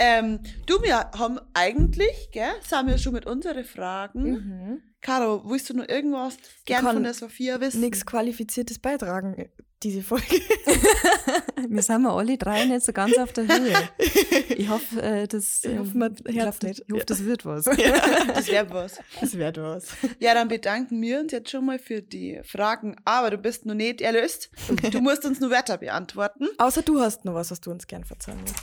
ähm, du, wir haben eigentlich, gell, sind wir schon mit unseren Fragen. Mhm. Caro, willst du noch irgendwas gern kann von der Sophia wissen? Nichts Qualifiziertes beitragen, äh, diese Folge. Wir sind wir alle drei nicht so ganz auf der Höhe. Ich hoffe, äh, das, Ich hoffe, ähm, man ich hört's glaub, nicht. Ich hoffe, Ja. das wird was. Das wäre was. Das wäre was. Ja, dann bedanken wir uns jetzt schon mal für die Fragen, aber du bist noch nicht erlöst. Du musst uns nur Wörter beantworten. Außer du hast noch was, was du uns gern verzeihen willst.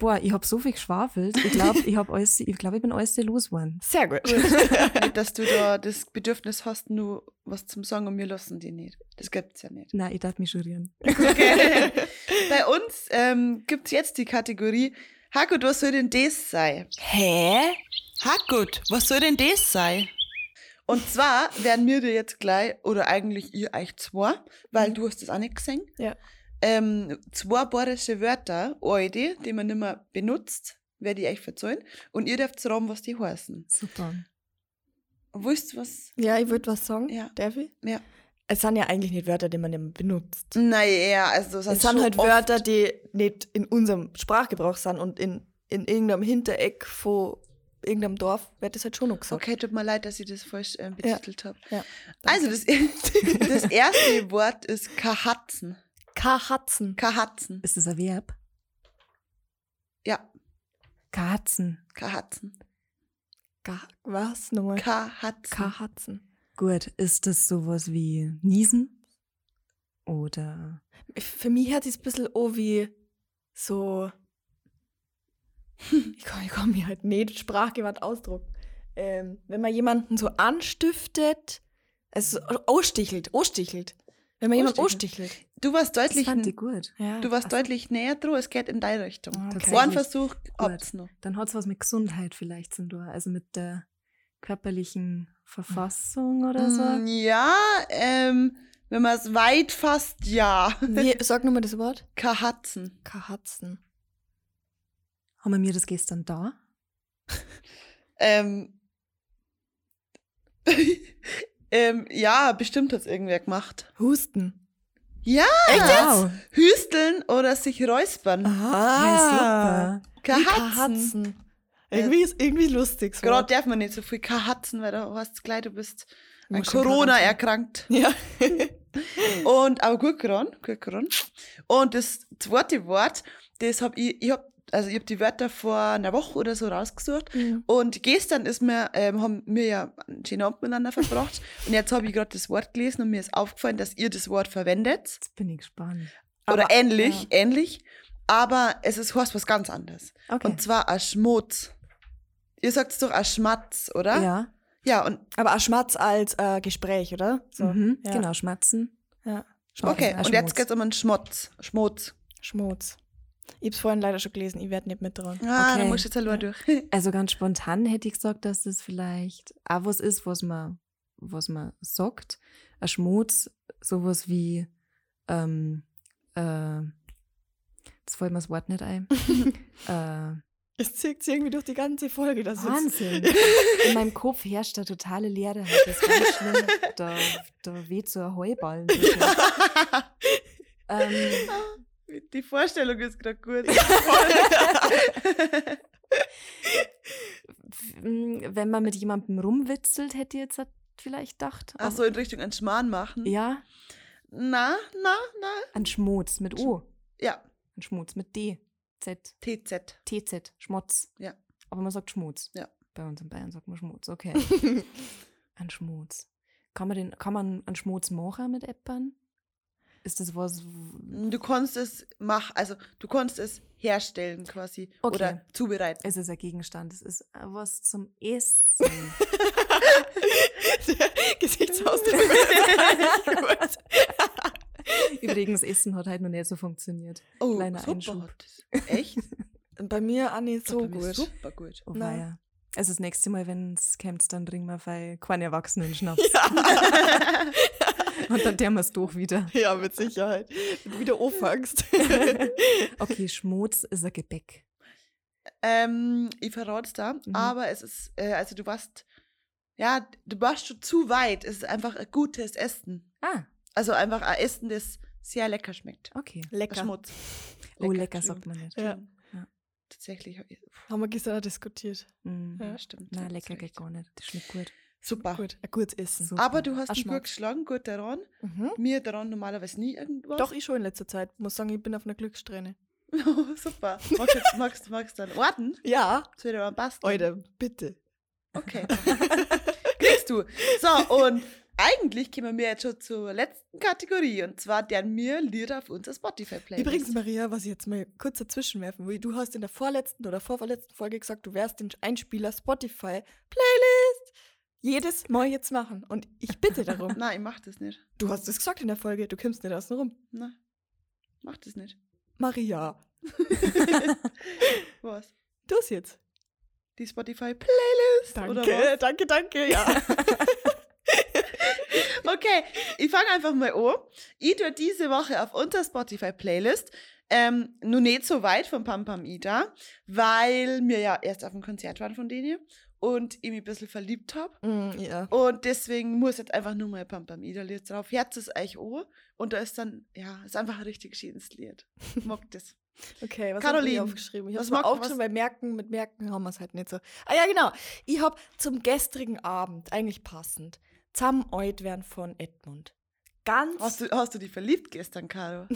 Boah, ich habe so viel geschwafelt. Ich glaube, ich, hab alles- ich, glaub, ich bin alles los geworden. Sehr gut. Nicht, dass du da das Bedürfnis hast, nur was zum Sagen und wir lassen die nicht. Das gibt's ja nicht. Nein, ich darf mich jurieren. Okay. Bei uns ähm, gibt's jetzt die Kategorie Hakut, was soll denn das sein? Hä? Hackgut, was soll denn das sein? Und zwar werden wir dir jetzt gleich, oder eigentlich ihr euch zwei, weil du hast es auch nicht gesehen, Mhm. Ja. ähm, zwei bayerische Wörter, alte, die man nicht mehr benutzt, werde ich euch verzeihen. Und ihr dürft raten, was die heißen. Super. Wisst ihr was? Ja, ich würde was sagen. Ja. Darf ich? Ja. Es sind ja eigentlich nicht Wörter, die man nicht mehr benutzt. Naja, also Es sind schon halt oft- Wörter, die nicht in unserem Sprachgebrauch sind und in, in irgendeinem Hintereck von irgendeinem Dorf wird das halt schon noch gesagt. Okay, tut mir leid, dass ich das falsch ähm, betitelt habe. Ja. Also das, das erste Wort ist Kahatzen. Kahatzen. Kahatzen. Ist das ein Verb? Ja, Katzen. Kahatzen. Ka was nochmal? Kahatzen. Kahatzen. Gut, ist das sowas wie Niesen? Oder Für mich hört es ein bisschen oh wie so. Ich kann, ich kann mir halt nicht sprachgewandt ausdrucken. Ähm, wenn man jemanden so anstiftet, also so ausstichelt, ausstichelt. Wenn man jemanden ausstichelt. Du warst das deutlich fand ich gut. Ja. Du warst deutlich näher dran, es geht in deine Richtung. Ah, Okay. okay. Ein Versuch habt's noch. Dann hat es was mit Gesundheit vielleicht zu tun. Also mit der körperlichen Verfassung oder so. Mm, Ja, ähm, wenn man es weit fasst, ja. Wie, sag nochmal das Wort. Kahatzen. Kahatzen. Haben wir mir das gestern da? Ähm, ähm, ja, bestimmt hat es irgendwer gemacht. Husten. Ja, Echt wow. hüsteln oder sich räuspern. Aha. Ja, super. Kahatzen. Irgendwie ist irgendwie lustig. so. Gerade darf man nicht so viel Kahatzen, weil du hast gleich, du bist an Muss schon Corona Kahatzen. erkrankt. Ja. Und aber gut geran, gut geran. Und das zweite Wort, das hab ich, ich hab, also ich hab die Wörter vor einer Woche oder so rausgesucht. Mhm. Und gestern ist mir, ähm, haben wir ja einen schönen Abend miteinander verbracht. Und jetzt habe ich gerade das Wort gelesen und mir ist aufgefallen, dass ihr das Wort verwendet. Jetzt bin ich gespannt. oder ähnlich, ähnlich. Aber es ist heißt was ganz anderes. Okay. Und zwar ein Schmutz. Ihr sagt es doch ein Schmatz, oder? ja, Ja, und Aber auch Schmatz als äh, Gespräch, oder? So. mhm. ja. genau, Schmatzen. Ja. okay. ein Und jetzt Schmutz. geht's um einen Schmutz. Schmutz. Schmutz. Ich hab's vorhin leider schon gelesen, ich werde nicht mit dran. Ah, Okay. dann musst du jetzt allein durch. Also ganz spontan hätte ich gesagt, dass das vielleicht auch was ist, was man, was man sagt. Ein Schmutz, sowas wie, ähm, äh, jetzt fällt mir das Wort nicht ein. äh, Es zieht sich irgendwie durch die ganze Folge, das Also ist. Wahnsinn. In meinem Kopf herrscht eine totale Leere. Das ist ganz schlimm. Da, da weht so ein Heuballen. durch. ähm, Die Vorstellung ist gerade gut. f- mh, wenn man mit jemandem rumwitzelt, hätte ich jetzt halt vielleicht gedacht. Ach so, in Richtung einen Schmarrn machen. Ja, Na, na, na. an Schmutz mit O. Ja, An Schmutz mit D. Z. TZ. TZ. Schmutz. Ja. Aber man sagt Schmutz. Ja. Bei uns in Bayern sagt man Schmutz. Okay. an Schmutz. Kann man, den, kann man an Schmutz machen mit Eppern? Ist das was. w- Du konntest es mach, also du konntest es herstellen quasi Okay. oder zubereiten. Es ist ein Gegenstand. Es ist äh, was zum Essen. Gesichtsausdruck. Übrigens, Essen hat halt noch nicht so funktioniert. Oh, Kleiner super. Einschub. Echt? Bei mir auch nicht so Bei mir gut. Super gut. Oh, Nein. weia. Also das nächste Mal, wenn es kommt, dann trinken wir bei keinen Erwachsenen Schnaps. Und dann tun wir es durch wieder. Ja, mit Sicherheit. Wenn du wieder anfängst. Okay, Schmutz ist ein Gebäck. Ähm, ich verrate es da, Mhm. aber es ist, äh, also du warst, ja, du warst schon zu weit. Es ist einfach ein gutes Essen. Ah, Also einfach ein Essen, das sehr lecker schmeckt. Ein okay. Lecker. Schmutz. oh, lecker sagt man nicht. Ja. Ja. Tatsächlich. hab ich- Puh, Haben wir gestern auch diskutiert. Mm. Ja. Stimmt. Na, hast lecker recht. geht gar nicht. Das schmeckt gut. Super. Gut, ein gutes Essen. Super. Aber du hast Ein dich gut Schmack. geschlagen, gut daran. Mhm. Mir daran normalerweise nie irgendwas. Doch, ich schon in letzter Zeit. Muss sagen, ich bin auf einer Glückssträhne. Oh, Super. Magst du jetzt- magst, magst dann Orten? Ja. Das wird aber passt. Alter, bitte. Okay. Kriegst du. So, und eigentlich kommen wir jetzt schon zur letzten Kategorie. Und zwar deren mir Lieder auf unser Spotify-Playlist. Übrigens, Maria, was ich jetzt mal kurz dazwischen werfen will, du hast in der vorletzten oder vorverletzten Folge gesagt, du wärst den Einspieler Spotify Playlist jedes Mal jetzt machen. Und ich bitte darum. Nein, ich mach das nicht. du hast es gesagt in der Folge, du kommst nicht außen rum. Nein. Mach das nicht. Maria, Was? du jetzt. Die Spotify-Playlist? Oder was? danke, danke, ja. Okay, ich fange einfach mal an. Ich tue diese Woche auf unserer Spotify-Playlist ähm, nur nicht so weit von Pam Pam Ida, weil wir ja erst auf dem Konzert waren von denen und ich mich ein bisschen verliebt habe. mm, ja. Und deswegen muss jetzt einfach nur mal Pam Pam Ida Lied drauf. Herz ist euch an und da ist dann, ja, ist einfach ein richtig schönes Lied. Ich Mag das. Okay, was habe ich Caroline, aufgeschrieben? Ich was habe mal mag- aufgeschrieben, was- bei Merken, mit Merken haben wir es halt nicht so. Ah ja, genau. Ich habe zum gestrigen Abend, eigentlich passend, Zam Oid werden von Edmund. Ganz Hast du, hast du dich verliebt gestern, Caro?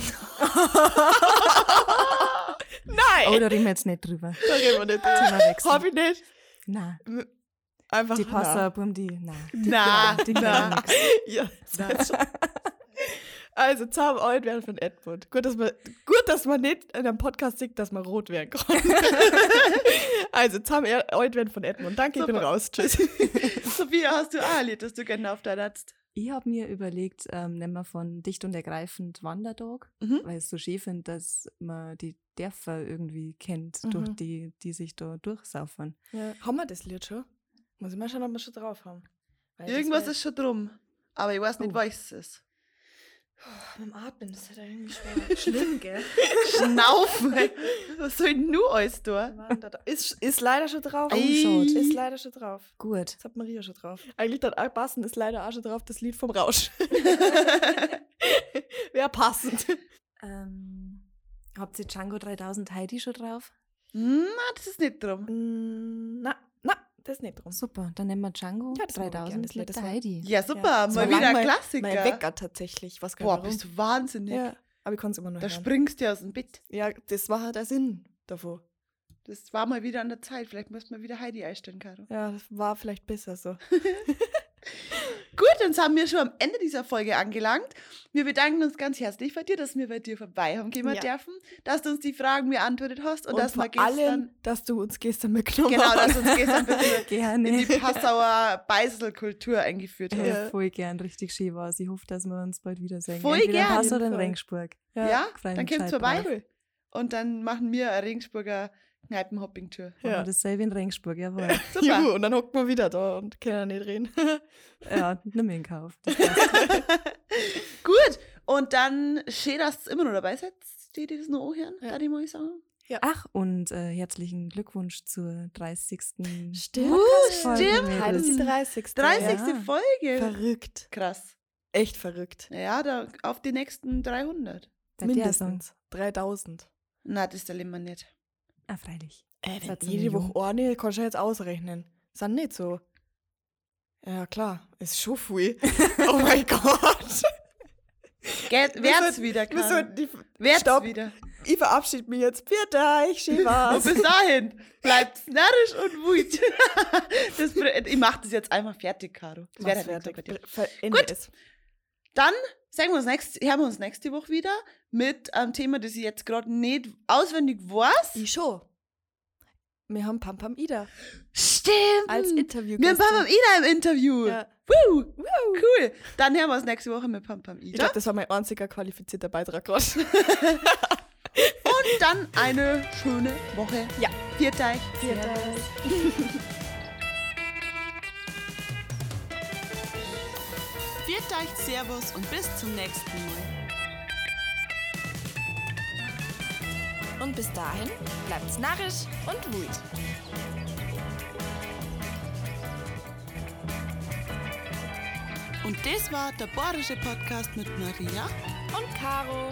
Nein! Oh, da reden wir jetzt nicht drüber. da reden wir nicht. Thema wechseln. Hab ich Ah, nicht. Na, Einfach die Pasta, Bum, die. Na, Ah, Na, die na. na. Ja, das schon. Also, zahm alt werden von Edmund. Gut, dass man, gut, dass man nicht in einem Podcast sieht, dass man rot werden kann. also, zahm alt werden von Edmund. Danke, ich bin Super. raus. Tschüss. Sophia, hast du auch ein Lied, das du gerne auf deiner hast? Ich habe mir überlegt, ähm, nehmen wir von dicht und ergreifend Wanderdog, Mhm. weil ich es so schön finde, dass man die Dörfer irgendwie kennt, durch Mhm. die, die sich da durchsaufern. Haben wir das Lied schon? Muss ich mal schauen, ob wir schon drauf haben. Weil das Irgendwas wär- ist schon drum, aber ich weiß nicht, Oh. was es ist. Ach, Mit dem Atmen, das ist ja irgendwie schwer. Schlimm, gell? Schnaufen. Was soll ich nur alles tun? ist, ist leider schon drauf. Ei. Ist leider schon drauf. Gut. Das hat Maria schon drauf. Eigentlich dann auch passend ist leider auch schon drauf das Lied vom Rausch. Wäre passend. Ähm, habt ihr Django 3000 Heidi schon drauf? Na, das ist nicht drum. Mm, Na, na, das ist nicht drum. Super, dann nehmen wir Django Ja, das mag ich gerne, 3000 das das Lied Lied, das der war- Heidi. Ja, super. Das war mal wieder lang ein mein- Klassiker. Mein Wecker tatsächlich. Was Boah, bist du wahnsinnig. Ja, aber ich konnte es immer noch Da hören. springst du aus dem Bett. Ja, das war halt der Sinn davor. Das war mal wieder an der Zeit. Vielleicht müssen wir wieder Heidi einstellen, Caro. Ja, das war vielleicht besser so. Gut, dann sind wir schon am Ende dieser Folge angelangt. Wir bedanken uns ganz herzlich bei dir, dass wir bei dir vorbei haben gehen Ja. dürfen, dass du uns die Fragen beantwortet hast und, dass vor wir gestern, allem, dass du uns gestern mitgenommen genau, hast. dass uns gestern ein bisschen in Gerne. die Passauer Beiselkultur eingeführt hast. Ja, voll gern, richtig schön war's. Ich hoffe, dass wir uns bald wiedersehen. Voll Entweder gern. In Passau oder in Voll. Regensburg. Ja, gefreut dann mich kommt's gescheit vorbei halt drauf. Cool. und dann machen wir eine Regensburger Kneipenhopping-Tour. Machen Ja. wir dasselbe in Regensburg, jawohl. Super. Juhu, und dann hockt man wieder da und kann ja nicht reden. ja, nimm in Kauf. Gut, und dann schön, dass ihr immer noch dabei seid. Die, die das noch anhören, Ja. ja. ich mal sagen. Ach, und äh, herzlichen Glückwunsch zur 30. Stimmt. Uh, Folge, stimmt. Mädels. Heute die 30. 30. Ja. Folge. Verrückt. Krass. Echt verrückt. Ja, da, auf die nächsten 300. Der Song. Mindestens 3000. Na, das erleben wir nicht. Ah, freilich. Äh, Satz wenn in jede oh, Millionen. Woche eine, kannst du ja jetzt ausrechnen. sind nicht so. Ja, klar, ist schon viel. oh mein Gott. Geht, werd's wieder, Wir so, Karin. die, Werd's stopp. wieder. ich verabschiede mich jetzt. Bitte euch, schön Und war's. bis dahin, bleibt narrisch und wut. Das, br- ich mach das jetzt einmal fertig, Caro. Das wär Mach's halt nix bei dir. fertig. Ende Gut. ist. Dann sehen wir uns, nächst, hören wir uns nächste Woche wieder mit einem Thema, das ich jetzt gerade nicht auswendig weiß. Ich schon. Wir haben Pam Pam Ida Stimmt. als Interview. Hm. wir haben Pam Pam Ida im Interview. Ja. Woo. Cool. Dann hören wir uns nächste Woche mit Pam Pam Ich Ida. glaube, das war mein einziger qualifizierter Beitrag gerade. Und dann eine schöne Woche. Ja. Vierteich. Vierteich, Servus und bis zum nächsten Mal. Und bis dahin bleibt's narrisch und wut. Und das war der Bayerische Podcast mit Maria. Und Caro.